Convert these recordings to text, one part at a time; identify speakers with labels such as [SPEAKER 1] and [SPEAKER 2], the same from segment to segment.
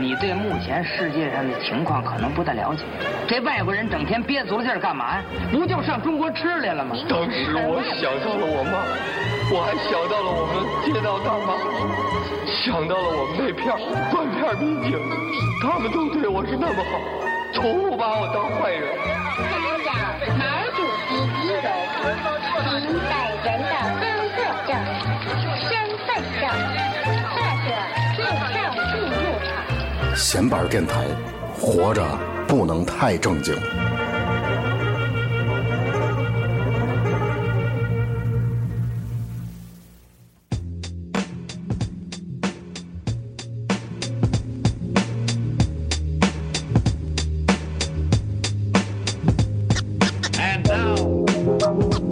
[SPEAKER 1] 你对目前世界上的情况可能不太了解。这外国人整天憋足了劲儿干嘛呀？不就上中国吃来了吗？
[SPEAKER 2] 当时我想到了我妈，我还想到了我们街道大妈，想到了我们那片儿断片儿民警，他们都对我是那么好，从不把我当坏人。
[SPEAKER 3] 家长、毛主席遗容，您本人的工作证、身份证，或者入账记录卡。
[SPEAKER 4] 闲板儿电台，活着不能太正经。
[SPEAKER 5] And now.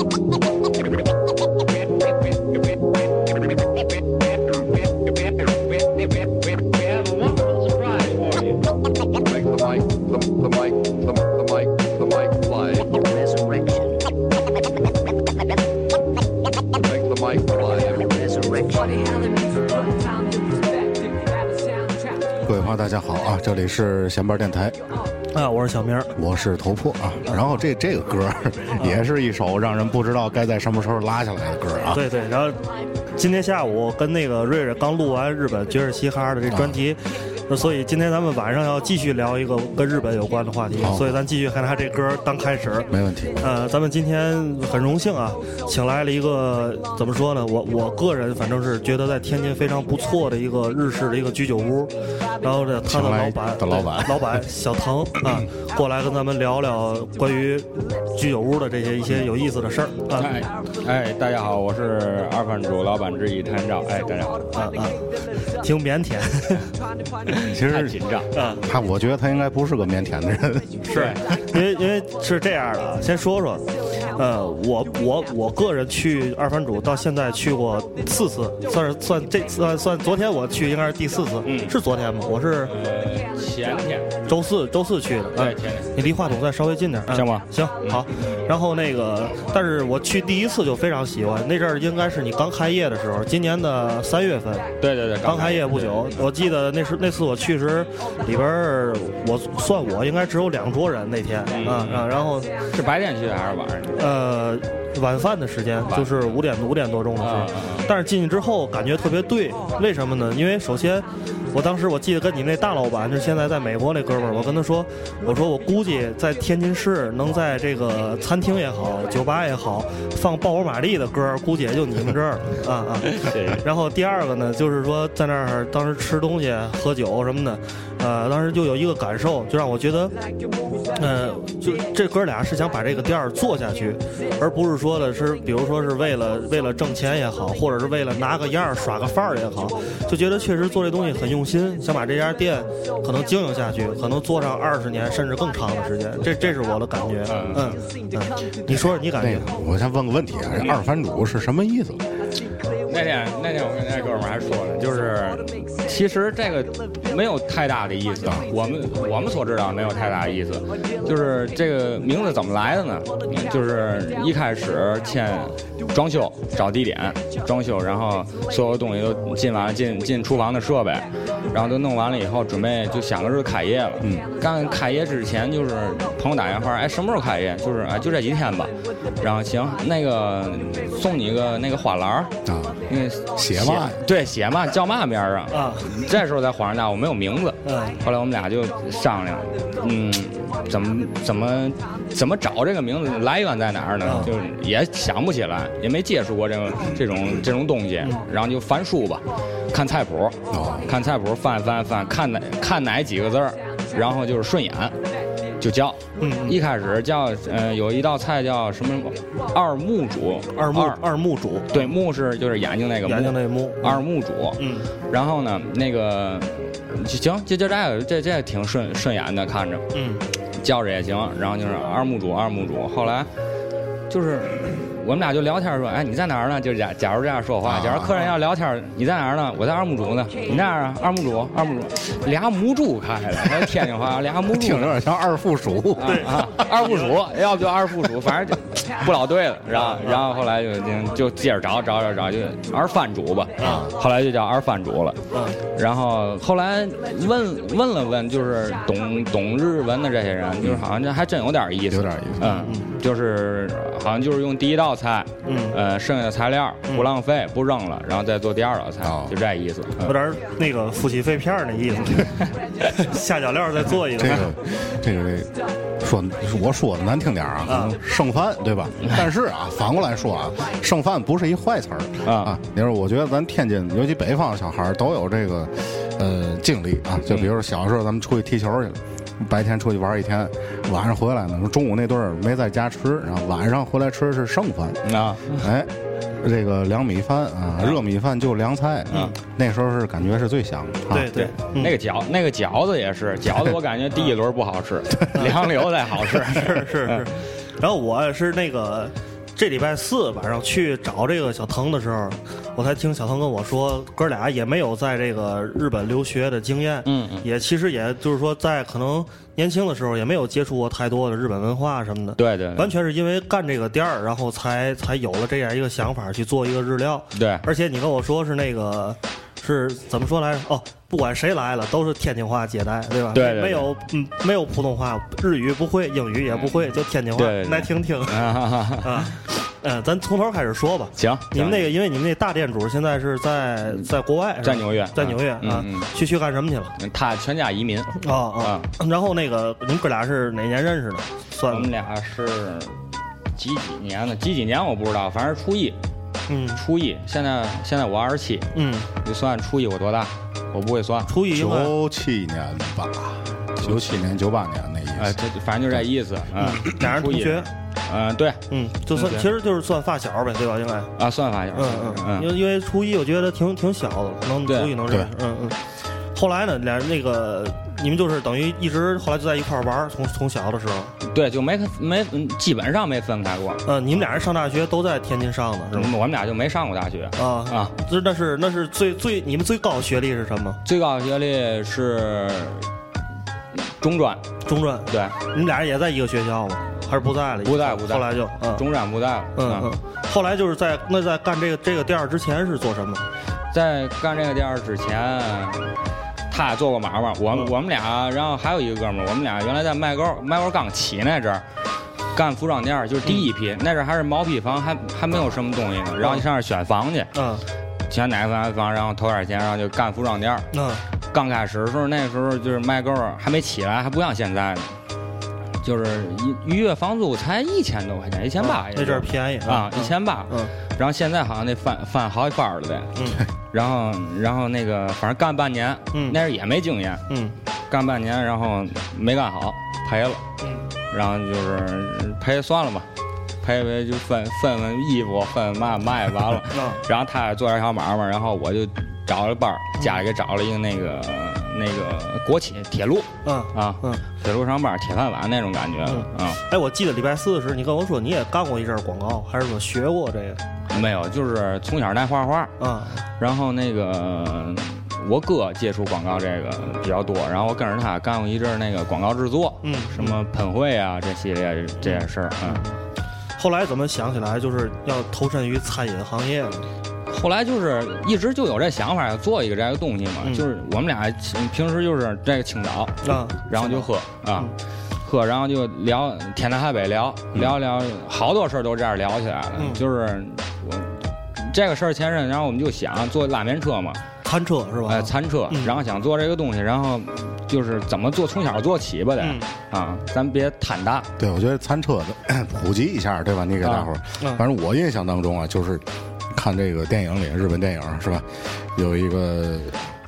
[SPEAKER 5] We have a wonderful surprise for you.
[SPEAKER 2] Make the mic, the, the mic, the, the mic, the mic fly.
[SPEAKER 6] Resurrection.
[SPEAKER 2] Make the mic fly.
[SPEAKER 6] Resurrection.
[SPEAKER 7] Perspective.
[SPEAKER 4] 各位朋友，大家好啊！这里是闲板儿电台，
[SPEAKER 8] 啊，我是小明儿，啊
[SPEAKER 4] 我是头破啊。然后这这个歌儿也是一首让人不知道该在什么时候拉下来的歌儿啊。
[SPEAKER 8] 对对，然后今天下午跟那个瑞瑞刚录完日本爵士嘻哈的这专题，
[SPEAKER 4] 啊
[SPEAKER 8] 所以今天咱们晚上要继续聊一个跟日本有关的话题，
[SPEAKER 4] 好
[SPEAKER 8] 所以咱继续看他这歌当开始。
[SPEAKER 4] 哦没问题。
[SPEAKER 8] 呃，咱们今天很荣幸啊，请来了一个怎么说呢？我我个人反正是觉得在天津非常不错的一个日式的一个居酒屋，然后呢，他的
[SPEAKER 4] 请来
[SPEAKER 8] 老板
[SPEAKER 4] 的老板
[SPEAKER 8] 对 老板小腾啊，过来跟咱们聊聊关于居酒屋的这些一些有意思的事儿啊。
[SPEAKER 9] 哎哎，大家好，我是二饭主老板之一谭照。哎，大家好，
[SPEAKER 8] 啊啊，
[SPEAKER 9] 嗯
[SPEAKER 8] 挺腼腆，
[SPEAKER 4] 其
[SPEAKER 9] 太
[SPEAKER 4] 实
[SPEAKER 9] 紧张，
[SPEAKER 4] 他，我觉得他应该不是个腼腆的 人。
[SPEAKER 9] 是
[SPEAKER 8] 因为因为是这样的啊，先说说，呃，我我我个人去二番主到现在去过四次，算是算这算算昨天我去应该是第四次，
[SPEAKER 9] 嗯
[SPEAKER 8] 是昨天吗？我是
[SPEAKER 9] 呃前天
[SPEAKER 8] 周四周四去的，嗯
[SPEAKER 9] 对前天
[SPEAKER 8] 你离话筒再稍微近点儿，嗯
[SPEAKER 9] 行吗嗯
[SPEAKER 8] 行，好。然后那个，但是我去第一次就非常喜欢，那阵儿应该是你刚开业的时候，今年的三月份，
[SPEAKER 9] 对对对，
[SPEAKER 8] 刚开业不久，我记得那时那次我去时，里边儿我算我应该只有两桌人那天
[SPEAKER 9] 嗯
[SPEAKER 8] 啊啊，然后
[SPEAKER 9] 是白天去的还是晚上去？
[SPEAKER 8] 呃晚饭的时间
[SPEAKER 9] 晚
[SPEAKER 8] 就是五点五点多钟的时候
[SPEAKER 9] 啊啊啊，
[SPEAKER 8] 但是进去之后感觉特别对，为什么呢？因为首先我当时我记得跟你那大老板，就是现在在美国那哥们儿，我跟他说，我说我估计在天津市能在这个餐厅也好，酒吧也好，放鲍勃·马利的歌儿，估计也就你们这儿了啊啊。
[SPEAKER 9] 谢谢。
[SPEAKER 8] 然后第二个呢，就是说在那儿当时吃东西、喝酒什么的，呃，当时就有一个感受，就让我觉得，呃，就这哥俩是想把这个店儿做下去，而不是说的是，比如说是为了为了挣钱也好，或者是为了拿个样儿耍个范儿也好，就觉得确实做这东西很用心，想把这家店可能经营下去，可能做上二十年甚至更长的时间，这这是我的感觉。嗯嗯，你说说你感
[SPEAKER 4] 那
[SPEAKER 8] 觉
[SPEAKER 4] 个，我先问个问题
[SPEAKER 8] 哎
[SPEAKER 4] 啊，这二番主是什么意思？
[SPEAKER 9] 那天那天我跟那哥们儿还说了，就是其实这个没有太大的意思，啊，我们我们所知道没有太大的意思，就是这个名字怎么来的呢？就是一开始先装修找地点装修，然后所有东西都进完了，进进厨房的设备，然后都弄完了以后，准备就想着是开业了。嗯，刚开业之前就是朋友打电话，哎，什么时候开业？就是哎，就这几天吧。然后行，那个送你一个那个花篮儿。
[SPEAKER 4] 啊，
[SPEAKER 9] 那个
[SPEAKER 4] 鞋嘛
[SPEAKER 9] 对鞋嘛，叫嘛名儿啊？
[SPEAKER 8] 啊？
[SPEAKER 9] 这时候在皇上大，我没有名字。
[SPEAKER 8] 嗯
[SPEAKER 9] 后来我们俩就商量，嗯，怎么怎么怎么找这个名字来源在哪儿呢
[SPEAKER 8] 啊？
[SPEAKER 9] 就是也想不起来，也没接触过这种这种这种东西，
[SPEAKER 8] 嗯
[SPEAKER 9] 然后就翻书吧，看菜谱，
[SPEAKER 4] 哦
[SPEAKER 9] 看菜谱翻翻翻，看哪看哪几个字儿，然后就是顺眼。就叫，
[SPEAKER 8] 嗯
[SPEAKER 9] 一开始叫，呃，有一道菜叫什么，二木主，
[SPEAKER 8] 二木
[SPEAKER 9] 二
[SPEAKER 8] 二木主，
[SPEAKER 9] 对木是就是眼睛那个木
[SPEAKER 8] 眼睛那木
[SPEAKER 9] 二木主，
[SPEAKER 8] 嗯。
[SPEAKER 9] 然后呢，那个就行，就就这个，这这挺顺顺眼的，看着
[SPEAKER 8] 嗯
[SPEAKER 9] 叫着也行。然后就是二墓主，二墓主。后来就是我们俩就聊天说，哎，你在哪儿呢？就假假如这样说话，
[SPEAKER 4] 啊
[SPEAKER 9] 假如客人要聊天，你在哪儿呢？我在二木竹呢。你那儿啊？二木竹，二木竹，俩母猪开了，还有 天津话，俩母
[SPEAKER 4] 听
[SPEAKER 9] 猪
[SPEAKER 4] 着有。点像二附属。
[SPEAKER 9] 啊啊，二附属，要不就二附属，反正就不老对了。然后，然后后来就就就接着找找找找，就二番主吧。
[SPEAKER 4] 啊
[SPEAKER 9] 后来就叫二番主了。
[SPEAKER 4] 嗯
[SPEAKER 9] 然后后来问问了问，就是懂懂日文的这些人，就是好像这还真有点意思，
[SPEAKER 4] 有点意思
[SPEAKER 9] 嗯，就是好像就是用第一道菜，
[SPEAKER 8] 嗯
[SPEAKER 9] 呃，剩下的材料不浪费不扔了，然后再做第二道菜
[SPEAKER 4] 嗯哦，
[SPEAKER 9] 就这意思。嗯
[SPEAKER 8] 有点儿那个夫妻肺片儿那意思，下脚料儿再做一
[SPEAKER 4] 这
[SPEAKER 8] 个
[SPEAKER 4] 个， 这个这个说我说的难听点儿啊，可能剩饭对吧？但是啊，反过来说啊，剩饭不是一坏词儿
[SPEAKER 9] 啊
[SPEAKER 4] 啊。你说，我觉得咱天津，尤其北方的小孩儿都有这个呃经历啊。就比如说小时候咱们出去踢球去了。白天出去玩一天，晚上回来呢，中午那顿儿没在家吃，然后晚上回来吃是剩饭，
[SPEAKER 9] 啊，
[SPEAKER 4] 哎，这个凉米饭啊，热米饭就凉菜啊，那时候是感觉是最香的。啊
[SPEAKER 8] 对对，嗯
[SPEAKER 9] 那个饺那个饺子也是饺子，我感觉第一轮不好 吃，凉流才好吃。
[SPEAKER 8] 是是是。然后我是那个这礼拜四晚上去找这个小腾的时候，我才听小腾跟我说，哥俩也没有在这个日本留学的经验，
[SPEAKER 9] 嗯嗯
[SPEAKER 8] 也其实也就是说在可能年轻的时候也没有接触过太多的日本文化什么的，
[SPEAKER 9] 对对对
[SPEAKER 8] 完全是因为干这个店儿，然后才才有了这样一个想法去做一个日料，
[SPEAKER 9] 对
[SPEAKER 8] 而且你跟我说是那个。是怎么说来着？哦，不管谁来了，都是天津话接待，对吧？
[SPEAKER 9] 对对对嗯
[SPEAKER 8] 没有，嗯，没有普通话，日语不会，英语也不会，就天津话。
[SPEAKER 9] 对对对
[SPEAKER 8] 来听 听
[SPEAKER 9] 啊哈哈哈
[SPEAKER 8] 啊，嗯，咱从头开始说吧。
[SPEAKER 9] 行，
[SPEAKER 8] 你们那
[SPEAKER 9] 个
[SPEAKER 8] 个，因为你们那大店主现在是在在国外，是吧
[SPEAKER 9] 在纽约
[SPEAKER 8] 在纽约
[SPEAKER 9] 嗯
[SPEAKER 8] 啊
[SPEAKER 9] 嗯，啊
[SPEAKER 8] 去去干什么去了？
[SPEAKER 9] 他全家移民，
[SPEAKER 8] 哦哦，然后那个你们哥俩是哪年认识的？
[SPEAKER 9] 我
[SPEAKER 8] 算
[SPEAKER 9] 们俩是几几年的？几几年我不知道，反正初一，
[SPEAKER 8] 嗯
[SPEAKER 9] 初一。现在现在我二十七，
[SPEAKER 8] 嗯，
[SPEAKER 9] 你算初一我多大？我不会算。
[SPEAKER 8] 初一应该
[SPEAKER 4] 九七年吧，九七年、九八年那
[SPEAKER 9] 哎，
[SPEAKER 4] 意思。
[SPEAKER 9] 这反正就这意思。嗯，
[SPEAKER 8] 俩人
[SPEAKER 9] 初
[SPEAKER 8] 同
[SPEAKER 9] 一
[SPEAKER 8] 学，。
[SPEAKER 9] 嗯，对
[SPEAKER 8] 嗯，就算
[SPEAKER 9] 同学
[SPEAKER 8] 其实就是算发小呗，对吧？应该。
[SPEAKER 9] 啊，算法有。
[SPEAKER 8] 嗯嗯，因为
[SPEAKER 9] 嗯
[SPEAKER 8] 因为初一我觉得挺挺小的，可能
[SPEAKER 9] 对
[SPEAKER 8] 初一能认识。嗯嗯。后来呢，俩人那个你们就是等于一直后来就在一块儿玩儿，从从小的时候。
[SPEAKER 9] 对，就没没嗯基本上没分开过。嗯
[SPEAKER 8] 呃，你们俩人上大学都在天津上的是
[SPEAKER 9] 我
[SPEAKER 8] 吗？
[SPEAKER 9] 们俩就没上过大学。
[SPEAKER 8] 啊
[SPEAKER 9] 啊，
[SPEAKER 8] 这那是那是最最你们最高学历是什么？
[SPEAKER 9] 最高学历是中专，
[SPEAKER 8] 中专。
[SPEAKER 9] 对，
[SPEAKER 8] 你们俩人也在一个学校吗？还是不在了？
[SPEAKER 9] 不在不在
[SPEAKER 8] 后来就嗯
[SPEAKER 9] 中专不在了。
[SPEAKER 8] 嗯嗯，后来就是在那在干这个这个店儿之前是做什么？
[SPEAKER 9] 在干这个店儿之前，他也做过买卖。我
[SPEAKER 8] 嗯
[SPEAKER 9] 们、我们俩，然后还有一个哥们儿，我们俩原来在麦沟麦沟刚起那阵儿，干服装店儿，就是第
[SPEAKER 8] 嗯
[SPEAKER 9] 一批，那阵儿还是毛坯房，还还没有什么东西呢。然后你上那儿选房去，
[SPEAKER 8] 嗯
[SPEAKER 9] 选哪个房房，然后投点钱，然后就干服装店儿。
[SPEAKER 8] 嗯
[SPEAKER 9] 刚开始的时候，那时候就是麦沟还没起来，还不像现在呢，就是一一月房租才一千多块钱，一千八也就
[SPEAKER 8] 那阵儿便宜
[SPEAKER 9] 啊，一千八。
[SPEAKER 8] 嗯
[SPEAKER 9] 然后现在好像得翻翻好几番儿了呗。
[SPEAKER 8] 嗯
[SPEAKER 9] 然后，然后那个，反正干半年，
[SPEAKER 8] 嗯
[SPEAKER 9] 那时候也没经验，
[SPEAKER 8] 嗯
[SPEAKER 9] 干半年，然后没干好，赔了，
[SPEAKER 8] 嗯
[SPEAKER 9] 然后就是赔算了吧，赔赔就分分分衣服，分嘛卖完了，
[SPEAKER 8] 嗯
[SPEAKER 9] 然后他也做点小买卖，然后我就找了班儿，家里给找了一个那个那个国企铁路
[SPEAKER 8] 嗯
[SPEAKER 9] 啊，
[SPEAKER 8] 嗯。
[SPEAKER 9] 铁路上班儿铁饭碗那种感觉啊，
[SPEAKER 8] 哎，我记得礼拜四的时候，你跟我说你也干过一阵儿广告，还是说学过这个？
[SPEAKER 9] 嗯没有，就是从小爱画画，
[SPEAKER 8] 啊，
[SPEAKER 9] 然后那个我哥接触广告这个比较多，然后我跟着他干过一阵儿那个广告制作，
[SPEAKER 8] 嗯
[SPEAKER 9] 什么喷绘啊这系列这些事儿，嗯。
[SPEAKER 8] 后来怎么想起来就是要投身于餐饮行业呢？
[SPEAKER 9] 后来就是一直就有这想法，要做一个这个东西嘛，
[SPEAKER 8] 嗯
[SPEAKER 9] 就是我们俩平时就是这个青岛，
[SPEAKER 8] 啊，
[SPEAKER 9] 然后就喝啊
[SPEAKER 8] 嗯，
[SPEAKER 9] 喝，然后就聊天南海北聊聊聊，好多事儿都这样聊起来了
[SPEAKER 8] 嗯。
[SPEAKER 9] 就是我这个事儿前任，然后我们就想做拉面车嘛，
[SPEAKER 8] 餐车是吧？
[SPEAKER 9] 哎，餐车
[SPEAKER 8] 嗯，
[SPEAKER 9] 然后想做这个东西，然后就是怎么做，从小做起吧得
[SPEAKER 8] 嗯
[SPEAKER 9] 啊，咱别贪大，
[SPEAKER 4] 对，我觉得餐车的普及一下，对吧？你给大
[SPEAKER 9] 啊
[SPEAKER 4] 伙儿
[SPEAKER 8] 嗯，
[SPEAKER 4] 反正我印象当中啊，就是看这个电影里，日本电影是吧？有一个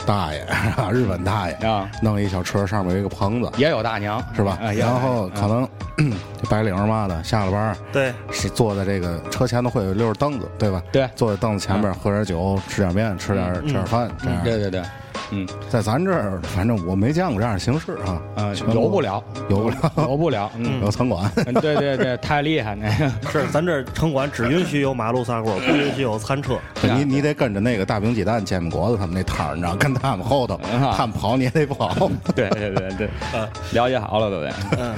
[SPEAKER 4] 大爷，日本大爷
[SPEAKER 9] 啊，
[SPEAKER 4] 弄一小车，上面有一个棚子，
[SPEAKER 9] 也有大娘
[SPEAKER 4] 是吧？
[SPEAKER 9] 哎也有
[SPEAKER 4] 然后
[SPEAKER 9] 大
[SPEAKER 4] 可
[SPEAKER 9] 娘
[SPEAKER 4] 能 这白领儿嘛的，下了班儿
[SPEAKER 8] 对，
[SPEAKER 4] 是坐在这个车前头会有溜着凳子，对吧？
[SPEAKER 9] 对
[SPEAKER 4] 坐在凳子前面喝点酒，吃点面，吃点
[SPEAKER 9] 嗯
[SPEAKER 4] 吃点饭，这
[SPEAKER 9] 嗯
[SPEAKER 4] 样
[SPEAKER 9] 对对对，嗯
[SPEAKER 4] 在咱这儿，反正我没见过这样的形式啊，
[SPEAKER 9] 啊，
[SPEAKER 4] 全国
[SPEAKER 9] 游不了，
[SPEAKER 4] 游不了，
[SPEAKER 9] 游不了，嗯，
[SPEAKER 4] 有餐馆，
[SPEAKER 9] 嗯对对对，太厉害那个，
[SPEAKER 8] 是咱这城管只允许有马路撒狗，不允许有餐 车。
[SPEAKER 9] 啊
[SPEAKER 4] 你你得跟着那个大饼鸡蛋、煎饼果子他们那摊儿，你知 道，跟他们后头，
[SPEAKER 9] 嗯啊
[SPEAKER 4] 他们跑你也得 跑。
[SPEAKER 9] 对对对对，呃，了解好了都得，
[SPEAKER 8] 嗯，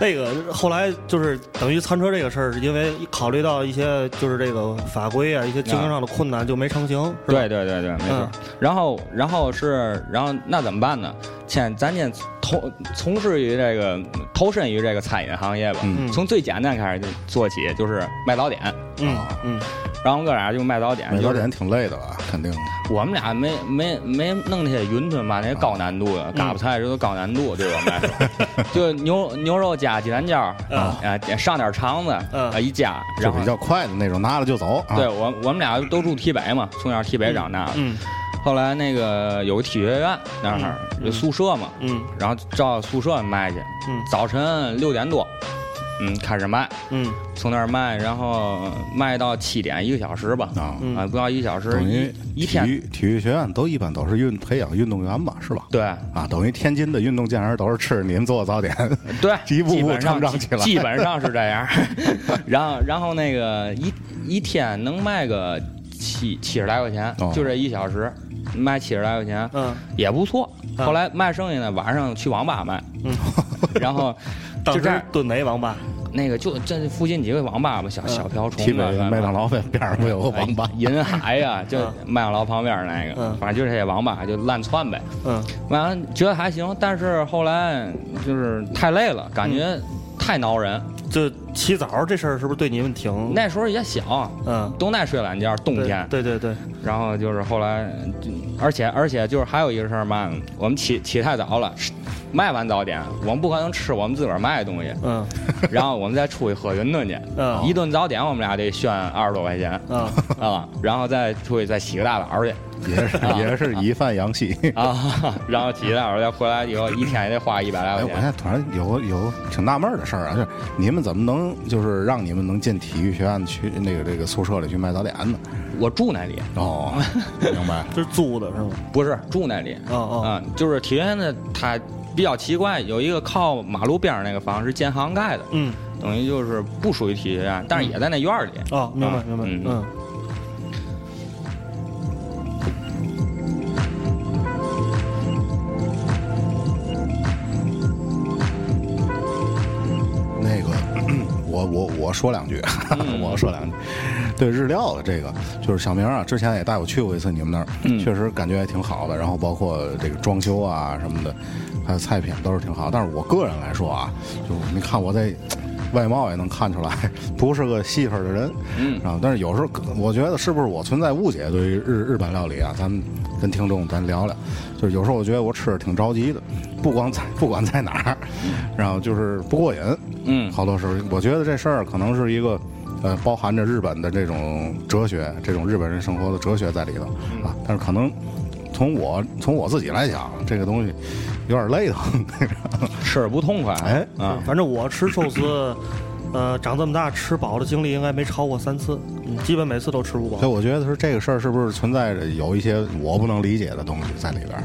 [SPEAKER 8] 那个后来就是等于餐车这个事儿，是因为考虑到一些就是这个法规啊，一些经营上的困难，就没成型。是吧
[SPEAKER 9] 对对对对，没错
[SPEAKER 8] 嗯。
[SPEAKER 9] 然后然后是然后那怎么办呢？现咱先投从事于这个投身于这个餐饮行业吧，
[SPEAKER 4] 嗯
[SPEAKER 9] 从最简单开始就做起，就是卖早点。
[SPEAKER 8] 嗯
[SPEAKER 9] 啊
[SPEAKER 8] 嗯，
[SPEAKER 9] 然后我们哥俩就卖早点，
[SPEAKER 4] 美国
[SPEAKER 9] 就是
[SPEAKER 4] 人挺累的吧？肯定。
[SPEAKER 9] 我们俩没没没弄那些云吞吧，那些高难度的嘎巴菜，这都高难度，对我们来说， 就牛牛肉加鸡蛋饺，
[SPEAKER 8] 嗯
[SPEAKER 9] 啊，上点肠子，
[SPEAKER 8] 嗯
[SPEAKER 9] 啊，一夹，
[SPEAKER 4] 就
[SPEAKER 9] 然后
[SPEAKER 4] 比较快的那种，拿了就走。啊
[SPEAKER 9] 对，我我们俩都住提北嘛，从小提北长大的。
[SPEAKER 8] 嗯
[SPEAKER 9] 后来那个有个体学院那儿
[SPEAKER 8] 嗯
[SPEAKER 9] 有宿舍嘛，
[SPEAKER 8] 嗯
[SPEAKER 9] 然后照宿舍卖去，
[SPEAKER 8] 嗯
[SPEAKER 9] 早晨六点多，嗯，开始卖，
[SPEAKER 8] 嗯
[SPEAKER 9] 从那儿卖，然后卖到七点一个小时吧，
[SPEAKER 4] 啊，
[SPEAKER 8] 嗯
[SPEAKER 9] 啊，不到一个小时
[SPEAKER 4] 等于
[SPEAKER 9] 一
[SPEAKER 4] 体
[SPEAKER 9] 一天，
[SPEAKER 4] 育体育学院都一般都是运培养运动员吧，是吧？
[SPEAKER 9] 对
[SPEAKER 4] 啊，等于天津的运动健儿都是吃您做的早 点，
[SPEAKER 9] 对，
[SPEAKER 4] 一步步
[SPEAKER 9] 基本上
[SPEAKER 4] 成长起来
[SPEAKER 9] 基本上是这 样。然后然后那个一一天能卖个七七十来块钱，
[SPEAKER 4] 哦
[SPEAKER 9] 就这一小时卖七十来块钱，
[SPEAKER 8] 嗯，
[SPEAKER 9] 也不错。
[SPEAKER 8] 啊
[SPEAKER 9] 后来卖剩下的晚上去网吧卖，
[SPEAKER 8] 嗯
[SPEAKER 9] 然后
[SPEAKER 8] 当
[SPEAKER 9] 就这
[SPEAKER 8] 时
[SPEAKER 9] 样
[SPEAKER 8] 蹲哪王八？
[SPEAKER 9] 那个就这附近几个网吧吧，
[SPEAKER 8] 嗯
[SPEAKER 9] 小小瓢虫
[SPEAKER 4] 提北
[SPEAKER 9] 啊
[SPEAKER 4] 麦当劳边边上不有个网吧？
[SPEAKER 9] 哎银海呀，就
[SPEAKER 8] 嗯
[SPEAKER 9] 麦当劳旁边那个
[SPEAKER 8] 嗯，
[SPEAKER 9] 反正就这些网吧就乱窜呗。
[SPEAKER 8] 嗯
[SPEAKER 9] 完了觉得还行，但是后来就是太累了，感觉
[SPEAKER 8] 嗯
[SPEAKER 9] 太挠人。
[SPEAKER 8] 就起早这事儿是不是对你们挺
[SPEAKER 9] 那时候也小，
[SPEAKER 8] 嗯？
[SPEAKER 9] 都爱睡懒觉，冬
[SPEAKER 8] 对
[SPEAKER 9] 天。
[SPEAKER 8] 对对对，
[SPEAKER 9] 然后就是后来，就而且而且就是还有一个事儿嘛，我们起起太早了，吃卖完早点，我们不可能吃我们自个儿卖的 东西，
[SPEAKER 8] 嗯
[SPEAKER 9] 然后我们再出去喝云吞去，
[SPEAKER 8] 嗯
[SPEAKER 9] 一顿早点我们俩得炫二十多块钱
[SPEAKER 8] 啊，
[SPEAKER 9] 啊，然后再出去再洗个大澡去
[SPEAKER 4] 也是
[SPEAKER 9] 啊
[SPEAKER 4] 也是以饭养气。
[SPEAKER 9] 啊， 然后洗个大澡再回来以后一天也得花一百来
[SPEAKER 4] 哎，
[SPEAKER 9] 块
[SPEAKER 4] 我现
[SPEAKER 9] 钱。
[SPEAKER 4] 在突然有有挺纳闷儿的事儿啊，就是你们怎么能就是让你们能进体育学院去那个这个宿舍里去卖早点呢？
[SPEAKER 9] 我住那里
[SPEAKER 4] 哦，明白。
[SPEAKER 8] 这是租的是吗？
[SPEAKER 9] 不是住那里，
[SPEAKER 8] 哦哦，
[SPEAKER 9] 嗯，就是体院的它比较奇怪，有一个靠马路边儿那个房是建杭盖的，
[SPEAKER 8] 嗯
[SPEAKER 9] 等于就是不属于体学院，但是也在那院儿里。
[SPEAKER 8] 哦，明白
[SPEAKER 9] 啊
[SPEAKER 8] 明白，
[SPEAKER 9] 嗯
[SPEAKER 8] 嗯。
[SPEAKER 4] 那个， 我我我说两句， 我说两句。对日料的这个，就是小明啊，之前也带我去过一次你们那儿，确实感觉也挺好的。然后包括这个装修啊什么的，还有菜品都是挺好。但是我个人来说啊，就你看我在外貌也能看出来，不是个细份儿的人。
[SPEAKER 9] 嗯
[SPEAKER 4] 啊，但是有时候我觉得是不是我存在误解对于日日本料理啊？咱们跟听众咱聊聊，就是有时候我觉得我吃的挺着急的，不光在不管在哪儿，然后就是不过瘾。
[SPEAKER 9] 嗯，
[SPEAKER 4] 好多时候，我觉得这事儿可能是一个，呃，包含着日本的这种哲学，这种日本人生活的哲学在里头啊。但是可能从我从我自己来讲，这个东西有点 累的。
[SPEAKER 9] 吃着不痛快。
[SPEAKER 4] 哎
[SPEAKER 9] 啊，
[SPEAKER 8] 嗯反正我吃寿司，呃，长这么大吃饱的经历应该没超过三次，嗯，基本每次都吃不
[SPEAKER 4] 所
[SPEAKER 8] 饱。
[SPEAKER 4] 以我觉得是这个事儿是不是存在着有一些我不能理解的东西在里边儿？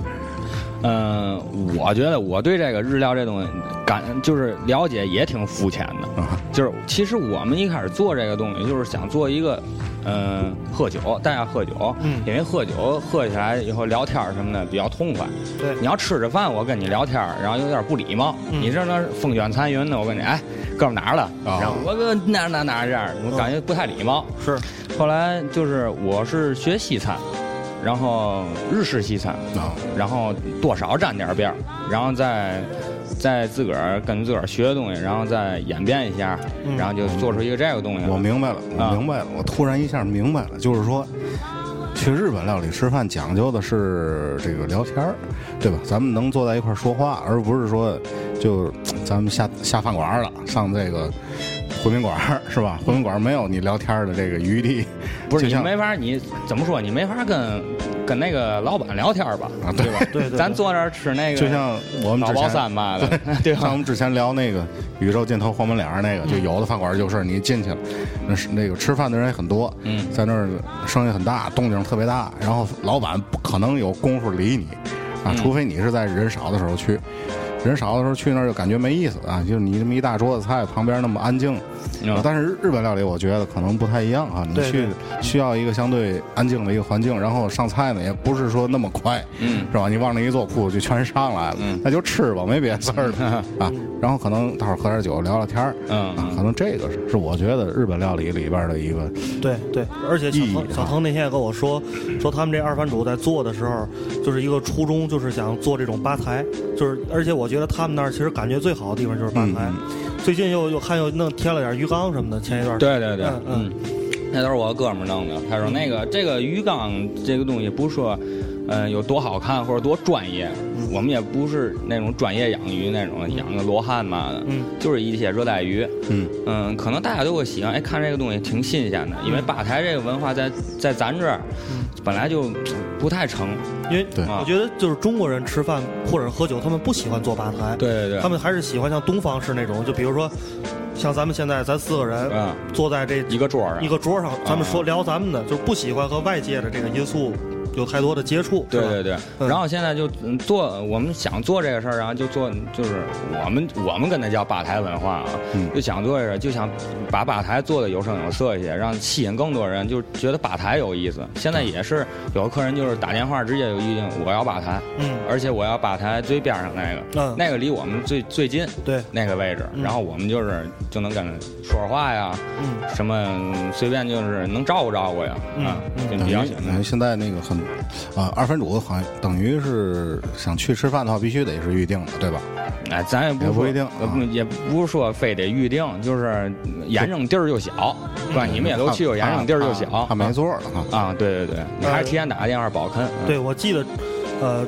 [SPEAKER 9] 嗯、我觉得我对这个日料这东西感就是了解也挺肤浅的。
[SPEAKER 4] 啊
[SPEAKER 9] 就是其实我们一开始做这个东西，就是想做一个，嗯、喝酒，大家喝酒，
[SPEAKER 8] 嗯
[SPEAKER 9] 因为喝酒喝起来以后聊天儿什么的比较痛快。
[SPEAKER 8] 对
[SPEAKER 9] 你要吃着饭，我跟你聊天儿，然后有点不礼貌，
[SPEAKER 8] 嗯
[SPEAKER 9] 你这那风卷残云的，我跟你哎，哥们儿哪儿了？嗯
[SPEAKER 4] 哦
[SPEAKER 9] 然后我跟哪儿哪儿哪儿这样，我感觉不太礼貌。
[SPEAKER 8] 是，
[SPEAKER 9] 后来就是我是学西餐，然后日式西餐，
[SPEAKER 4] 啊，
[SPEAKER 9] 然后多少沾点儿边儿，然后再再自个儿跟自个儿学的东西，然后再演变一下，
[SPEAKER 8] 嗯
[SPEAKER 9] 然后就做出一个这个东西。
[SPEAKER 4] 我明白了，
[SPEAKER 9] 啊
[SPEAKER 4] 我明白了，我突然一下明白了，就是说。去日本料理吃饭讲究的是这个聊天儿，对吧？咱们能坐在一块儿说话，而不是说就咱们下下饭馆儿了，上这个回民馆儿是吧？回民馆儿没有你聊天儿的这个余地，
[SPEAKER 9] 不是
[SPEAKER 4] 就
[SPEAKER 9] 你
[SPEAKER 4] 像
[SPEAKER 9] 没法，你怎么说？你没法跟跟那个老板聊天儿吧？
[SPEAKER 4] 啊，对吧？
[SPEAKER 8] 对对对，
[SPEAKER 9] 咱坐那儿吃那个，
[SPEAKER 4] 就像我们
[SPEAKER 9] 老
[SPEAKER 4] 之
[SPEAKER 9] 包
[SPEAKER 4] 前
[SPEAKER 9] 三嘛 的，对
[SPEAKER 4] 像我
[SPEAKER 9] 吧？嗯
[SPEAKER 4] 们之前聊那个宇宙尽头黄门脸儿那个，就有的饭馆就是你进去了，那是那个吃饭的人也很多，
[SPEAKER 9] 嗯
[SPEAKER 4] 在那儿声音很大，动静特别大，然后老板不可能有功夫理你，啊，
[SPEAKER 9] 嗯
[SPEAKER 4] 除非你是在人少的时候去，人少的时候去那儿就感觉没意思啊，就是你这么一大桌子菜，旁边那么安静。啊但是日本料理我觉得可能不太一样啊，你
[SPEAKER 8] 对
[SPEAKER 4] 去
[SPEAKER 8] 对
[SPEAKER 4] 需要一个相对安静的一个环境，然后上菜呢也不是说那么快，
[SPEAKER 9] 嗯
[SPEAKER 4] 是吧？你往那一坐，库就全上来了，
[SPEAKER 9] 嗯
[SPEAKER 4] 那就吃吧，没别的事儿了 啊。然后可能到时候喝点酒聊聊天儿，
[SPEAKER 9] 嗯
[SPEAKER 4] 啊，可能这个是是我觉得日本料理里边的一个
[SPEAKER 8] 对对，而且小
[SPEAKER 4] 意义
[SPEAKER 8] 腾
[SPEAKER 4] 啊
[SPEAKER 8] 小腾那天也跟我说，说他们这二番主在做的时候，就是一个初衷，就是想做这种吧台，就是而且我觉得他们那儿其实感觉最好的地方就是吧台。
[SPEAKER 9] 嗯
[SPEAKER 8] 最近又又看又弄添了点鱼缸什么的，前一段儿
[SPEAKER 9] 对对对，
[SPEAKER 8] 嗯
[SPEAKER 9] 嗯
[SPEAKER 8] 嗯，
[SPEAKER 9] 那都是我哥们儿弄的。他说那个这个鱼缸这个东西不是说，呃，有多好看或者多专业，
[SPEAKER 8] 嗯
[SPEAKER 9] 我们也不是那种专业养鱼那种养个罗汉嘛的，
[SPEAKER 8] 嗯
[SPEAKER 9] 就是一些热带鱼。
[SPEAKER 4] 嗯
[SPEAKER 9] 嗯，可能大家都会喜欢，哎，看这个东西挺新鲜的，因
[SPEAKER 8] 嗯
[SPEAKER 9] 为吧台这个文化在在咱这儿本来就不太成。
[SPEAKER 8] 因为
[SPEAKER 4] 对
[SPEAKER 9] 啊
[SPEAKER 8] 我觉得就是中国人吃饭或者喝酒，他们不喜欢坐吧台，
[SPEAKER 9] 对对对，
[SPEAKER 8] 他们还是喜欢像东方式那种，就比如说像咱们现在咱四个人
[SPEAKER 9] 嗯
[SPEAKER 8] 坐在这
[SPEAKER 9] 一个桌儿啊
[SPEAKER 8] 一个桌上，咱们说聊咱们的，就是不喜欢和外界的这个因素有太多的接触，
[SPEAKER 9] 对
[SPEAKER 8] 是吧
[SPEAKER 9] 对对，
[SPEAKER 8] 嗯
[SPEAKER 9] 然后现在就嗯做我们想做这个事儿，然后就做就是我们我们跟它叫吧台文化啊，
[SPEAKER 4] 嗯
[SPEAKER 9] 就想做这个，就想把吧台做的有声有色一些，让吸引更多人，就觉得吧台有意思。现在也是有客人就是打电话直接有意见，我要吧台，
[SPEAKER 8] 嗯
[SPEAKER 9] 而且我要吧台最边上那个，
[SPEAKER 8] 嗯
[SPEAKER 9] 那个离我们最最近
[SPEAKER 8] 对，
[SPEAKER 9] 那个位置，
[SPEAKER 8] 嗯
[SPEAKER 9] 然后我们就是就能跟他说话呀，
[SPEAKER 8] 嗯。
[SPEAKER 9] 什么随便就是能照顾照顾呀，
[SPEAKER 8] 嗯
[SPEAKER 9] 啊，就
[SPEAKER 4] 等
[SPEAKER 9] 比
[SPEAKER 4] 于
[SPEAKER 9] 较简单
[SPEAKER 4] 等于。现在那个很，啊，二番主好像等于是想去吃饭的话，必须得是预定的，对吧？
[SPEAKER 9] 哎，咱也不
[SPEAKER 4] 也
[SPEAKER 9] 说
[SPEAKER 4] 不一定
[SPEAKER 9] 呃不
[SPEAKER 4] 啊
[SPEAKER 9] 也不是说非得预定，就是眼睛地儿就小，
[SPEAKER 4] 嗯
[SPEAKER 9] 是吧？你们也都去过，眼睛地儿就小
[SPEAKER 4] 怕怕啊没座儿了哈。
[SPEAKER 9] 啊。对对对，你还是提前打个电话保坑。嗯
[SPEAKER 8] 嗯对，我记得，呃，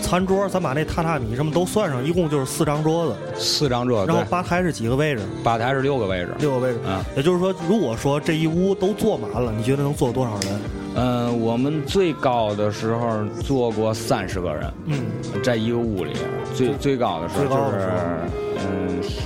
[SPEAKER 8] 餐桌咱把那榻榻米什么都算上，一共就是四张桌子，
[SPEAKER 9] 四张桌子，
[SPEAKER 8] 然后
[SPEAKER 9] 哦对
[SPEAKER 8] 吧台是几个位置？
[SPEAKER 9] 吧台是六个位置。
[SPEAKER 8] 六个位置。
[SPEAKER 9] 啊，
[SPEAKER 8] 也就是说，如果说这一屋都坐满了，你觉得能坐多少人？
[SPEAKER 9] 嗯，我们最高的时候坐过三十个人，
[SPEAKER 8] 嗯，
[SPEAKER 9] 在一个屋里，最最高的时候
[SPEAKER 8] 最高
[SPEAKER 9] 就
[SPEAKER 8] 的
[SPEAKER 9] 是
[SPEAKER 8] 时候，
[SPEAKER 9] 嗯，是，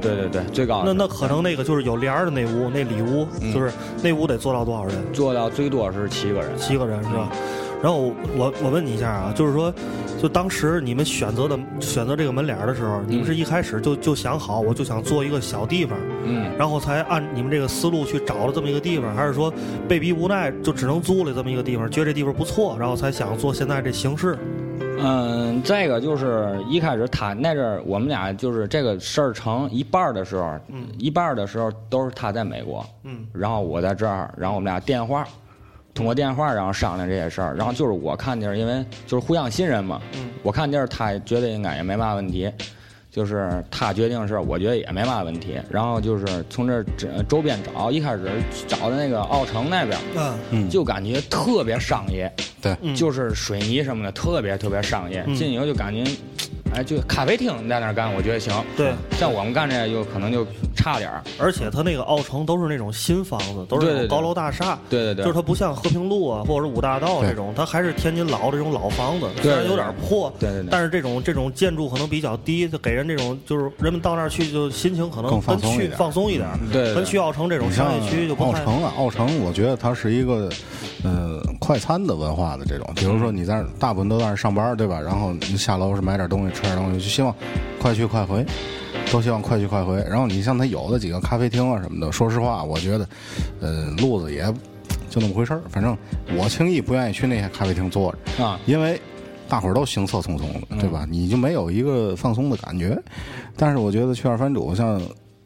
[SPEAKER 9] 对对对，最高的
[SPEAKER 8] 那
[SPEAKER 9] 时候
[SPEAKER 8] 那可能那个就是有帘儿的那屋，那里屋、
[SPEAKER 9] 嗯
[SPEAKER 8] 就是那屋得坐到多少人？
[SPEAKER 9] 坐到最多是七个人。
[SPEAKER 8] 七个人是吧？
[SPEAKER 9] 嗯
[SPEAKER 8] 然后我我我问你一下啊，就是说，就当时你们选择的选择这个门帘儿的时候，你们是一开始就就想好，我就想做一个小地方，
[SPEAKER 9] 嗯，
[SPEAKER 8] 然后才按你们这个思路去找了这么一个地方，还是说被逼无奈就只能租了这么一个地方，觉得这地方不错，然后才想做现在这形式？
[SPEAKER 9] 嗯，这个就是一开始他那阵儿，我们俩就是这个事儿成一半儿的时候，
[SPEAKER 8] 嗯
[SPEAKER 9] 一半儿的时候都是他在美国，
[SPEAKER 8] 嗯
[SPEAKER 9] 然后我在这儿，然后我们俩电话，通过电话然后商量这些事儿，然后就是我看地儿，因为就是互相信任嘛，
[SPEAKER 8] 嗯
[SPEAKER 9] 我看地儿他觉得应该也没嘛问题，就是他决定的事儿，我觉得也没嘛问题，然后就是从这儿这周边找，一开始找的那个奥城那边儿，
[SPEAKER 8] 啊
[SPEAKER 4] 嗯
[SPEAKER 9] 就感觉特别商业。
[SPEAKER 4] 对，
[SPEAKER 8] 嗯
[SPEAKER 9] 就是水泥什么的，特别特别商业。
[SPEAKER 8] 嗯
[SPEAKER 9] 进去以后就感觉，哎，就咖啡厅在那儿干，我觉得行。
[SPEAKER 8] 对，
[SPEAKER 9] 像我们干这就可能就差点儿。
[SPEAKER 8] 而且它那个奥城都是那种新房子，都是那
[SPEAKER 9] 对对
[SPEAKER 8] 种
[SPEAKER 9] 对
[SPEAKER 8] 高楼大厦，
[SPEAKER 9] 对对对，
[SPEAKER 8] 就是它不像和平路啊或者是五大道这种，它还是天津老的这种老房子，
[SPEAKER 9] 对
[SPEAKER 8] 虽然有点破，
[SPEAKER 9] 对对对
[SPEAKER 8] 但是这种这种建筑可能比较低，就给人这种就是人们到那儿去就心情可能
[SPEAKER 4] 更
[SPEAKER 8] 跟
[SPEAKER 4] 放松一
[SPEAKER 8] 去
[SPEAKER 4] 点
[SPEAKER 8] 放松一点，
[SPEAKER 9] 嗯对对对
[SPEAKER 8] 跟去奥城这种
[SPEAKER 4] 你
[SPEAKER 8] 商
[SPEAKER 4] 像
[SPEAKER 8] 业区就不
[SPEAKER 4] 奥
[SPEAKER 8] 太
[SPEAKER 4] 城啊，奥城，我觉得它是一个，呃，快餐的文化的这种，比如说你在那儿大部分都在那儿上班，对吧？然后你下楼是买点东西，吃点东西，就希望快去快回，都希望快去快回。然后你像它有的几个咖啡厅啊什么的，说实话，我觉得，呃，路子也就那么回事儿。反正我轻易不愿意去那些咖啡厅坐着，
[SPEAKER 9] 啊，
[SPEAKER 4] 因为大伙儿都行色匆匆的，
[SPEAKER 9] 嗯
[SPEAKER 4] 对吧？你就没有一个放松的感觉。但是我觉得去二番主像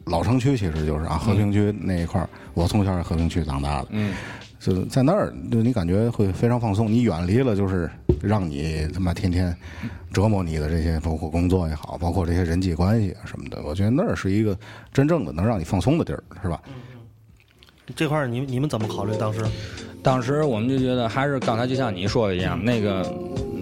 [SPEAKER 4] 老城区，其实就是啊，和平区那一块儿，我从小在和平区长大的，
[SPEAKER 9] 嗯，
[SPEAKER 4] 就是在那儿，就你感觉会非常放松。你远离了，就是让你他妈天天折磨你的这些，包括工作也好，包括这些人际关系啊什么的。我觉得那儿是一个真正的能让你放松的地儿，是吧？
[SPEAKER 8] 这块儿你你们怎么考虑？当时，
[SPEAKER 9] 当时我们就觉得还是刚才就像你说的一样，
[SPEAKER 8] 嗯
[SPEAKER 9] 那个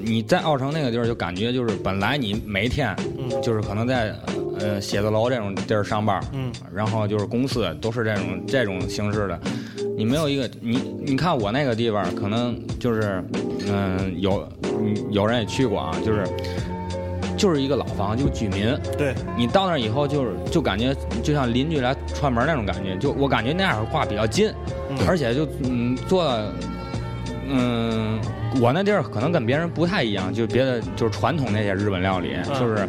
[SPEAKER 9] 你在奥城那个地儿就感觉就是本来你每天
[SPEAKER 8] 嗯
[SPEAKER 9] 就是可能在呃写字楼这种地儿上班，
[SPEAKER 8] 嗯，
[SPEAKER 9] 然后就是公司都是这种这种形式的，你没有一个你你看我那个地方可能就是嗯、有嗯有人也去过啊，就是就是一个老房就居民，
[SPEAKER 8] 对，
[SPEAKER 9] 你到那儿以后就是就感觉就像邻居来串门那种感觉，就我感觉那样挂比较近，
[SPEAKER 8] 嗯
[SPEAKER 9] 而且就嗯坐，嗯我那地儿可能跟别人不太一样，就别的就是传统那些日本料理，
[SPEAKER 8] 嗯
[SPEAKER 9] 就是，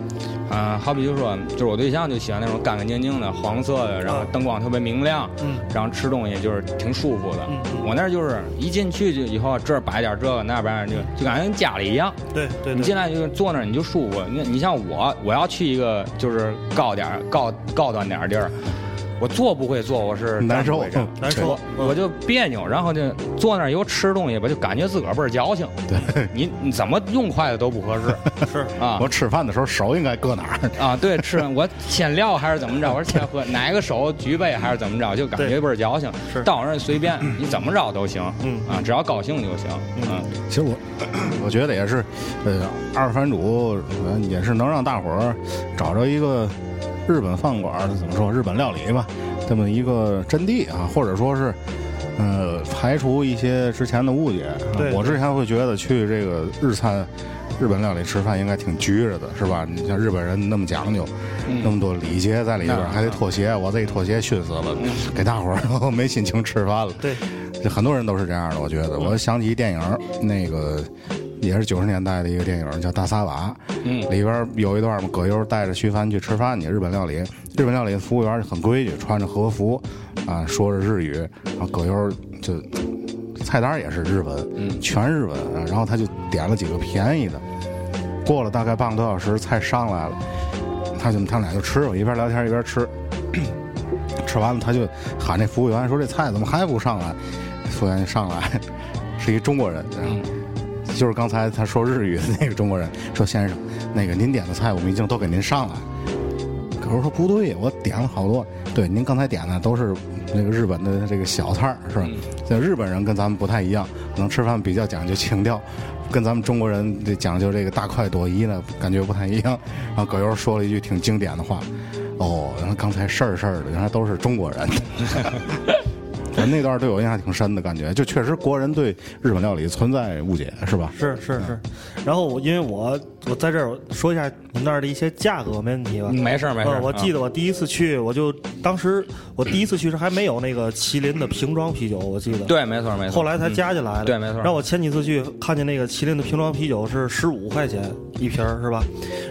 [SPEAKER 9] 呃，好比就说，就是我对象就喜欢那种干干净净的黄色的，然后
[SPEAKER 8] 嗯
[SPEAKER 9] 灯光特别明亮，
[SPEAKER 8] 嗯
[SPEAKER 9] 然后吃东西就是挺舒服的
[SPEAKER 8] 嗯。嗯
[SPEAKER 9] 我那儿就是一进去就以后这儿摆点这个那儿摆点就就感觉跟家里一样，
[SPEAKER 8] 对对
[SPEAKER 9] 你进
[SPEAKER 8] 对，
[SPEAKER 9] 来就是坐那儿你就舒服。你你像我，我要去一个就是高点儿高高端点儿地儿，我坐不会坐，我是
[SPEAKER 4] 难受
[SPEAKER 9] 站不会站
[SPEAKER 8] 难受嗯
[SPEAKER 9] 我，我就别扭，然后就坐那儿又吃东西吧，就感觉自个儿倍儿矫情。
[SPEAKER 4] 对，
[SPEAKER 9] 你你怎么用筷子都不合适
[SPEAKER 8] 是
[SPEAKER 9] 啊
[SPEAKER 4] 我 吃饭的时候手应该搁哪儿？
[SPEAKER 9] 啊！对，吃我先撂还是怎么着？我是先喝哪个手举杯还是怎么着？就感觉倍儿矫情
[SPEAKER 8] 是。
[SPEAKER 9] 到我那儿随 便你怎么着都行，
[SPEAKER 8] 嗯
[SPEAKER 9] 啊，只要高兴就行。嗯，
[SPEAKER 4] 其实我我觉得也是，呃，二番主呃也是能让大伙儿找着一个日本饭馆儿，怎么说日本料理吧，这么一个真谛啊，或者说是。呃，排除一些之前的误解。啊
[SPEAKER 8] 对
[SPEAKER 4] 我之前会觉得去这个日餐、日本料理吃饭应该挺拘着的，是吧？你像日本人那么讲究，那么多礼节在里边儿，
[SPEAKER 9] 那
[SPEAKER 4] 还得脱鞋，我这一脱鞋熏死了，给大伙儿 都没心情吃饭了。
[SPEAKER 8] 对，
[SPEAKER 4] 这很多人都是这样的，我觉得。
[SPEAKER 9] 嗯
[SPEAKER 4] 我想起一电影儿，那个也是九十年代的一个电影儿，叫《大撒把》。
[SPEAKER 9] 嗯
[SPEAKER 4] 里边儿有一段嘛，葛优带着徐帆去吃饭去，日本料理。日本料理服务员很规矩，穿着和服，啊，说着日语，然后葛优就菜单也是日文，
[SPEAKER 9] 嗯
[SPEAKER 4] 全日文。啊然后他就点了几个便宜的，过了大概半个多小时，菜上来了，他就他们俩就吃吧，我一边聊天一边吃。吃完了，他就喊那服务员说：“这菜怎么还不上来？”服务员一上来，是一中国人，然后就是刚才他说日语的那个中国人，说：“先生，那个您点的菜我们已经都给您上了。”可是我说不对，我点了好多。对，您刚才点的都是那个日本的这个小菜儿，是吧？这、日本人跟咱们不太一样，可能吃饭比较讲究情调，跟咱们中国人这讲究这个大快朵颐呢，感觉不太一样。然后葛优说了一句挺经典的话：“哦，原来刚才事儿事儿的，原来都是中国人。”那段对我印象挺深的感觉，就确实国人对日本料理存在误解，是吧？
[SPEAKER 8] 是是是。然后我因为我我在这儿说一下你们那儿的一些价格，没问题吧？
[SPEAKER 9] 啊
[SPEAKER 4] 嗯
[SPEAKER 9] 没事儿没事
[SPEAKER 8] 呃
[SPEAKER 9] 儿。
[SPEAKER 8] 我记
[SPEAKER 9] 得
[SPEAKER 8] 得我第一次去，我就当时我第一次去是还没有那个麒麟的瓶装啤酒，我记得。。
[SPEAKER 9] 啊对，没错没错。嗯
[SPEAKER 8] 后来才加进来的、
[SPEAKER 9] 对没错
[SPEAKER 8] 然后我前几次去看见那个麒麟的瓶装啤酒是十五块钱一瓶儿，是吧？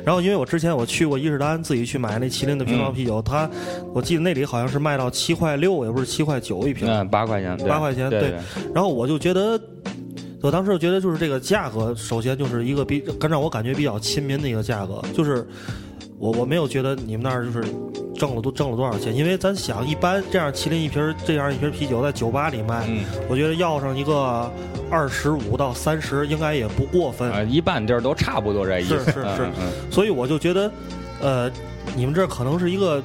[SPEAKER 8] 然后因为我之前我去过伊势丹自己去买那麒麟的瓶
[SPEAKER 9] 嗯
[SPEAKER 8] 装啤酒，它我记得那里好像是卖到七块六，也不是七块九一瓶。
[SPEAKER 9] 嗯，八块钱，对
[SPEAKER 8] 八块钱，
[SPEAKER 9] 对
[SPEAKER 8] 然后我就觉得，我当时就觉得就是这个价格，首先就是一个比更让我感觉比较亲民的一个价格，就是我我没有觉得你们那儿就是挣了多挣了多少钱，因为咱想一般这样麒麟一瓶儿这样一瓶啤酒在酒吧里卖，
[SPEAKER 9] 嗯
[SPEAKER 8] 我觉得要上一个二十五到三十应该也不过分，
[SPEAKER 9] 啊，一般地儿都差不多这意思。
[SPEAKER 8] 是是
[SPEAKER 9] 嗯
[SPEAKER 8] 是
[SPEAKER 9] 嗯嗯
[SPEAKER 8] 所以我就觉得，呃，你们这儿可能是一个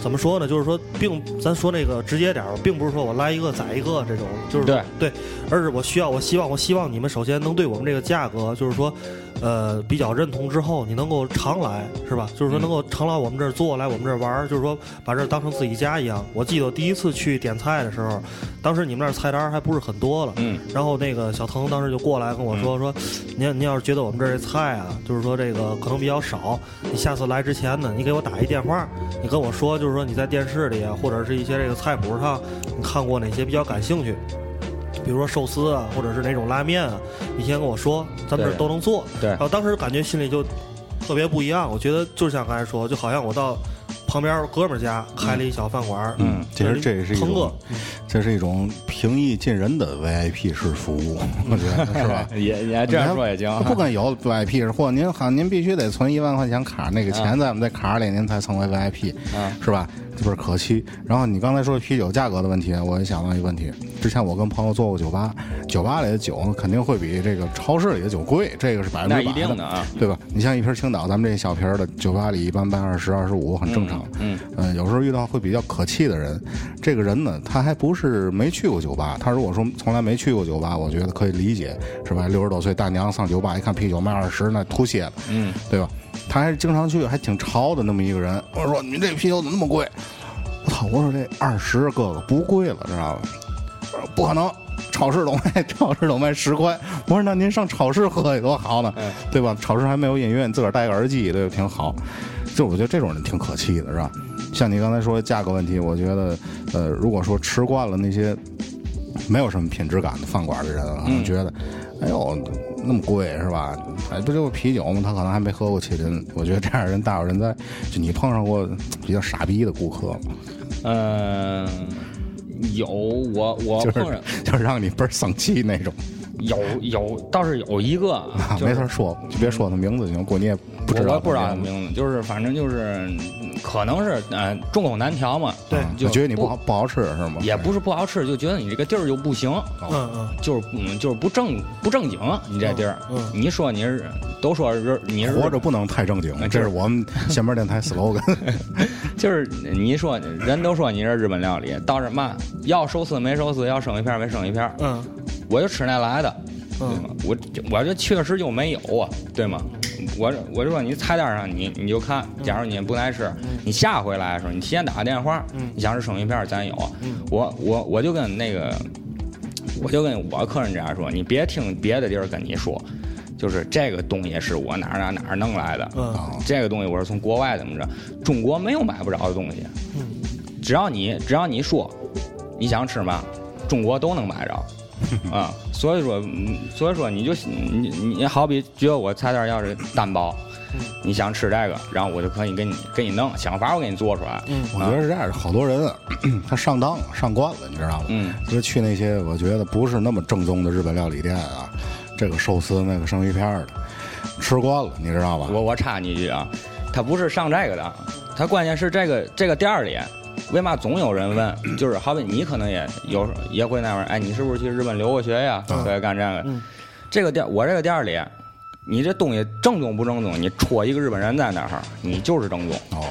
[SPEAKER 8] 怎么说呢？就是说，并咱说那个直接点儿，并不是说我来一个宰一个这种，就是说对，而是我需要，我希望，我希望你们首先能对我们这个价格，就是说，呃，比较认同之后，你能够常来，是吧？就是说
[SPEAKER 9] 嗯
[SPEAKER 8] 能够常来我们这儿坐，来我们这儿玩儿，就是说把这儿当成自己家一样。我记得我第一次去点菜的时候，当时你们那儿菜单儿还不是很多了，
[SPEAKER 9] 嗯，
[SPEAKER 8] 然后那个小腾当时就过来跟我
[SPEAKER 4] 嗯
[SPEAKER 8] 说、说，您要您要是觉得我们这儿这菜啊，就是说这个可能比较少，你下次来之前呢，你给我打一电话，你跟我说，就是说你在电视里啊，或者是一些这个菜谱上，你看过哪些比较感兴趣。比如说寿司啊，或者是哪种拉面啊，你先跟我说，咱们这儿
[SPEAKER 9] 对
[SPEAKER 8] 都能做。
[SPEAKER 9] 对
[SPEAKER 8] 然后当时感觉心里就特别不一样，我觉得就是像刚才说，就好像我到旁边哥们儿家开了一小饭馆儿。
[SPEAKER 4] 嗯其实这也是一
[SPEAKER 8] 腾哥
[SPEAKER 4] 种，这是一种平易近人的 VIP 式服务，我觉得是吧？
[SPEAKER 9] 嗯也也这样说也行。
[SPEAKER 4] 不跟有 VIP 是货，您好，您必须得存一万块钱卡，那个钱在我们在卡里，您才成为 VIP，、
[SPEAKER 9] 嗯
[SPEAKER 4] 是吧？这不是可惜。然后你刚才说啤酒价格的问题，我也想到一个问题。之前我跟朋友做过酒吧，酒吧里的酒肯定会比这个超市里的酒贵，这个是百分之
[SPEAKER 9] 那
[SPEAKER 4] 百
[SPEAKER 9] 一定的啊，
[SPEAKER 4] 对吧？你像一瓶青岛，咱们这小瓶儿的，酒吧里一般卖二十、二十五，很正常。
[SPEAKER 9] 嗯
[SPEAKER 4] 呃，有时候遇到会比较可气的人，这个人呢，他还不是没去过酒吧。他如果说从来没去过酒吧，我觉得可以理解，是吧？六十多岁大娘上酒吧一看啤酒卖二十，那吐血了，
[SPEAKER 9] 嗯，
[SPEAKER 4] 对吧？他还经常去，还挺潮的那么一个人。我说你这啤酒怎么那么贵？我操！我说这二十哥哥不贵了，知道吧？我说不可能，超市都卖超市都卖十块。我说那您上超市喝去多好呢
[SPEAKER 9] 嗯，
[SPEAKER 4] 对吧？超市还没有音乐，你自个儿戴个耳机对吧？挺好。就我觉得这种人挺可气的，是吧？像你刚才说的价格问题，我觉得，呃，如果说吃惯了那些没有什么品质感的饭馆的人啊，
[SPEAKER 9] 嗯
[SPEAKER 4] 我觉得，哎呦，那么贵是吧？哎，不就是啤酒吗？他可能还没喝过麒麟。我觉得这样人大有人在。就你碰上过比较傻逼的顾客吗？
[SPEAKER 9] 嗯、有我我
[SPEAKER 4] 就
[SPEAKER 9] 哦碰上、
[SPEAKER 4] 是就是让你倍儿丧气那种。
[SPEAKER 9] 有有倒是有一个
[SPEAKER 4] 啊，
[SPEAKER 9] 就是
[SPEAKER 4] 没法说，就别说他名字就行。过你也不知
[SPEAKER 9] 我
[SPEAKER 4] 道，
[SPEAKER 9] 我不知道他名字，就是反正就是可能是呃众口难调嘛，
[SPEAKER 8] 对
[SPEAKER 4] 啊
[SPEAKER 9] 就
[SPEAKER 4] 觉得你不好不好吃是吗？
[SPEAKER 9] 也不是不好吃，就觉得你这个地儿就不行，
[SPEAKER 8] 嗯嗯，
[SPEAKER 9] 就是嗯就是不正不正经，啊你这地儿，
[SPEAKER 8] 嗯嗯
[SPEAKER 9] 你一说你是都说是你是
[SPEAKER 4] 哎活着不能太正经这
[SPEAKER 9] 哎，这
[SPEAKER 4] 是
[SPEAKER 9] 是
[SPEAKER 4] 我们下面电台 slogan。
[SPEAKER 9] 就是你一说人都说你是日本料理，倒是嘛要收四没收四，要省一片没省一片，
[SPEAKER 8] 嗯
[SPEAKER 9] 我就吃那来的，对
[SPEAKER 8] 嗯
[SPEAKER 9] 吗？我就我这确实就没有啊，对吗？我我就说你菜单上你你就看，
[SPEAKER 8] 嗯
[SPEAKER 9] 假如你不爱吃，你下回来的时候你提前打个电话，
[SPEAKER 8] 嗯
[SPEAKER 9] 你想吃生鱼片儿咱有，啊我我我就跟那个我就跟我客人这样说，你别听别的地儿跟你说，就是这个东西是我哪儿哪儿哪儿弄来的，
[SPEAKER 8] 嗯
[SPEAKER 9] 这个东西我是从国外怎么着，中国没有买不着的东西，
[SPEAKER 8] 嗯，
[SPEAKER 9] 只要你只要你说你想吃嘛，中国都能买着。啊、所以说，嗯所以说你就你你好比觉得我菜单要是单包，你想吃这个，然后我就可以给你给你弄，想法我给你做出来。嗯
[SPEAKER 4] 我觉得是这样的，好多人啊他上当了，上惯了，你知道吗？
[SPEAKER 9] 嗯，
[SPEAKER 4] 就是去那些我觉得不是那么正宗的日本料理店啊，这个寿司那个生鱼片儿的，吃惯了，你知道吧？
[SPEAKER 9] 我我插你一句啊，他不是上这个的，他关键是这个这个店儿里，为嘛总有人问？就是好比你可能也有时候也会那样，哎，你是不是去日本留过学呀？
[SPEAKER 4] 啊
[SPEAKER 9] 所以干这个，
[SPEAKER 8] 嗯
[SPEAKER 9] 这个店我这个店儿里。你这东西正宗不正宗？你戳一个日本人在那儿，你就是正宗。
[SPEAKER 4] 哦，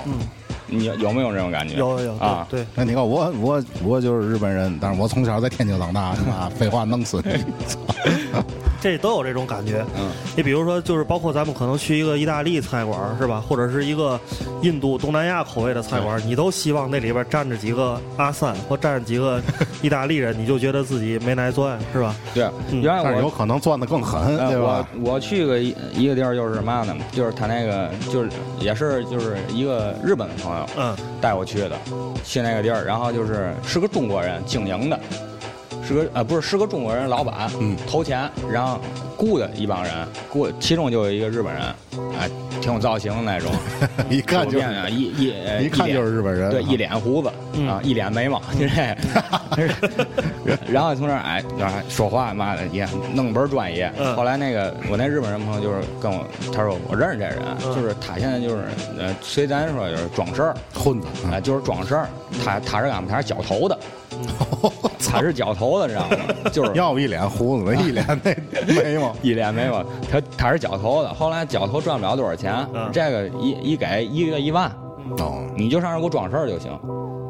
[SPEAKER 9] 你有没有这种感觉？
[SPEAKER 8] 有有有
[SPEAKER 9] 啊，
[SPEAKER 8] 对，
[SPEAKER 4] 那你看我我我就是日本人，但是我从小在天津长大，你妈 废话弄死你！
[SPEAKER 9] 哎
[SPEAKER 8] 这都有这种感觉。
[SPEAKER 9] 嗯，
[SPEAKER 8] 你比如说，就是包括咱们可能去一个意大利菜馆儿是吧，或者是一个印度、东南亚口味的菜馆儿，你都希望那里边站着几个阿三或站着几个意大利人，你就觉得自己没奶钻是吧？
[SPEAKER 9] 对，
[SPEAKER 8] 嗯
[SPEAKER 9] 原来
[SPEAKER 4] 但是
[SPEAKER 9] 我
[SPEAKER 4] 有可能钻的更狠，
[SPEAKER 9] 呃
[SPEAKER 4] 对吧？
[SPEAKER 9] 我我去过一一个地儿，就是嘛呢？就是他那个，就是也是就是一个日本的朋友
[SPEAKER 8] 嗯
[SPEAKER 9] 带我去的，去那个地儿，然后就是是个中国人经营的，是个呃不是是个中国人老板，
[SPEAKER 4] 嗯
[SPEAKER 9] 投钱，然后雇的一帮人，雇其中就有一个日本人，哎，挺有造型的那种，
[SPEAKER 4] 一 看
[SPEAKER 9] 我
[SPEAKER 4] 就
[SPEAKER 9] 见啊
[SPEAKER 4] 是，
[SPEAKER 9] 一一呃
[SPEAKER 4] 一看
[SPEAKER 9] 脸
[SPEAKER 4] 就是日本人
[SPEAKER 9] 对，
[SPEAKER 4] 啊
[SPEAKER 9] 一脸胡子
[SPEAKER 8] 嗯
[SPEAKER 9] 啊，一脸眉 毛， 就这，然后从那儿哎，啊说话妈的也弄倍儿专业
[SPEAKER 8] 嗯。
[SPEAKER 9] 后来那个我那日本人朋友就是跟我，他说我认识这人，
[SPEAKER 8] 嗯
[SPEAKER 9] 就是他现在就是呃，虽咱说就是装事儿
[SPEAKER 4] 混子啊
[SPEAKER 9] 啊，就是装事儿，他他是干嘛？他是绞头的，他是绞头的，你知道吗？就 是
[SPEAKER 4] 要不一脸胡子，一脸那眉毛。
[SPEAKER 9] 一脸眉毛，他他是绞头的。后来绞头赚不了多少钱
[SPEAKER 8] 嗯，
[SPEAKER 9] 这个一一给一个月一万。
[SPEAKER 4] 哦，
[SPEAKER 9] 你就上这儿给我装事儿就行，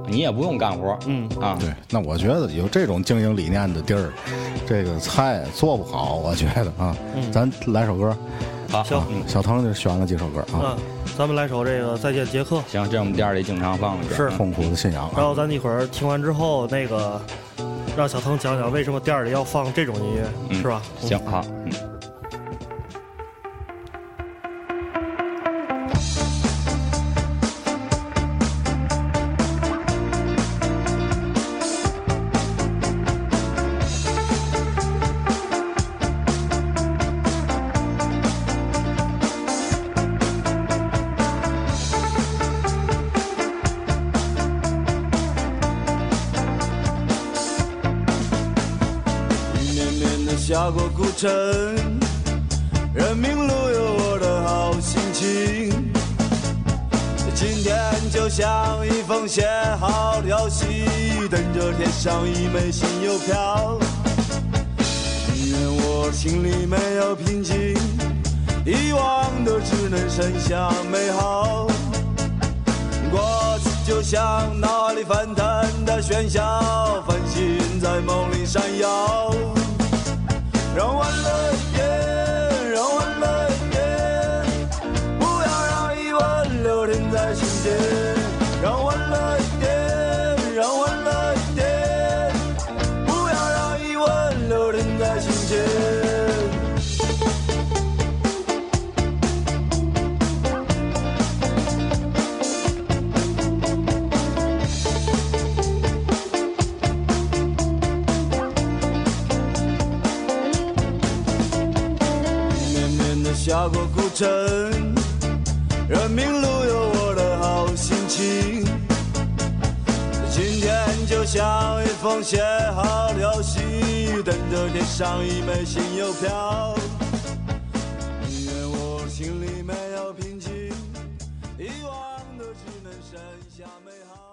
[SPEAKER 9] 你也不用干活儿
[SPEAKER 8] 嗯，
[SPEAKER 9] 啊。
[SPEAKER 4] 对，那我觉得有这种经营理念的地儿，这个菜做不好，我觉得啊，咱来首歌，啊
[SPEAKER 9] 好，
[SPEAKER 8] 行
[SPEAKER 9] 嗯，
[SPEAKER 4] 小腾就选了几首歌啊，
[SPEAKER 8] 嗯，咱们来首这个《再见杰克》，
[SPEAKER 9] 行，这我们店儿里经常放的歌
[SPEAKER 8] 是
[SPEAKER 4] 痛苦的信仰
[SPEAKER 8] 然
[SPEAKER 4] 啊
[SPEAKER 8] 后，咱一会儿听完之后，那个让小腾讲讲为什么店儿里要放这种音乐，
[SPEAKER 9] 嗯
[SPEAKER 8] 是吧？嗯
[SPEAKER 9] 行，好，嗯。
[SPEAKER 10] 绵绵的下过古城，人民路有我的好心情。今天就像一封写好的消息，等着贴上一枚新邮票。因为我心里没有平静，遗忘的只能剩下美好。过去就像脑海里翻腾的喧嚣，繁星在梦里闪耀。让欢乐一点，让欢乐一点，不要让疑问留停在心间。让欢乐一点，让欢乐一点，不要让疑问留停在心间。下过古城，人民路有我的好心情。今天就像一封写好了信，等着贴上一枚新邮票。宁愿我心里没有平静，遗忘的只能剩下美好。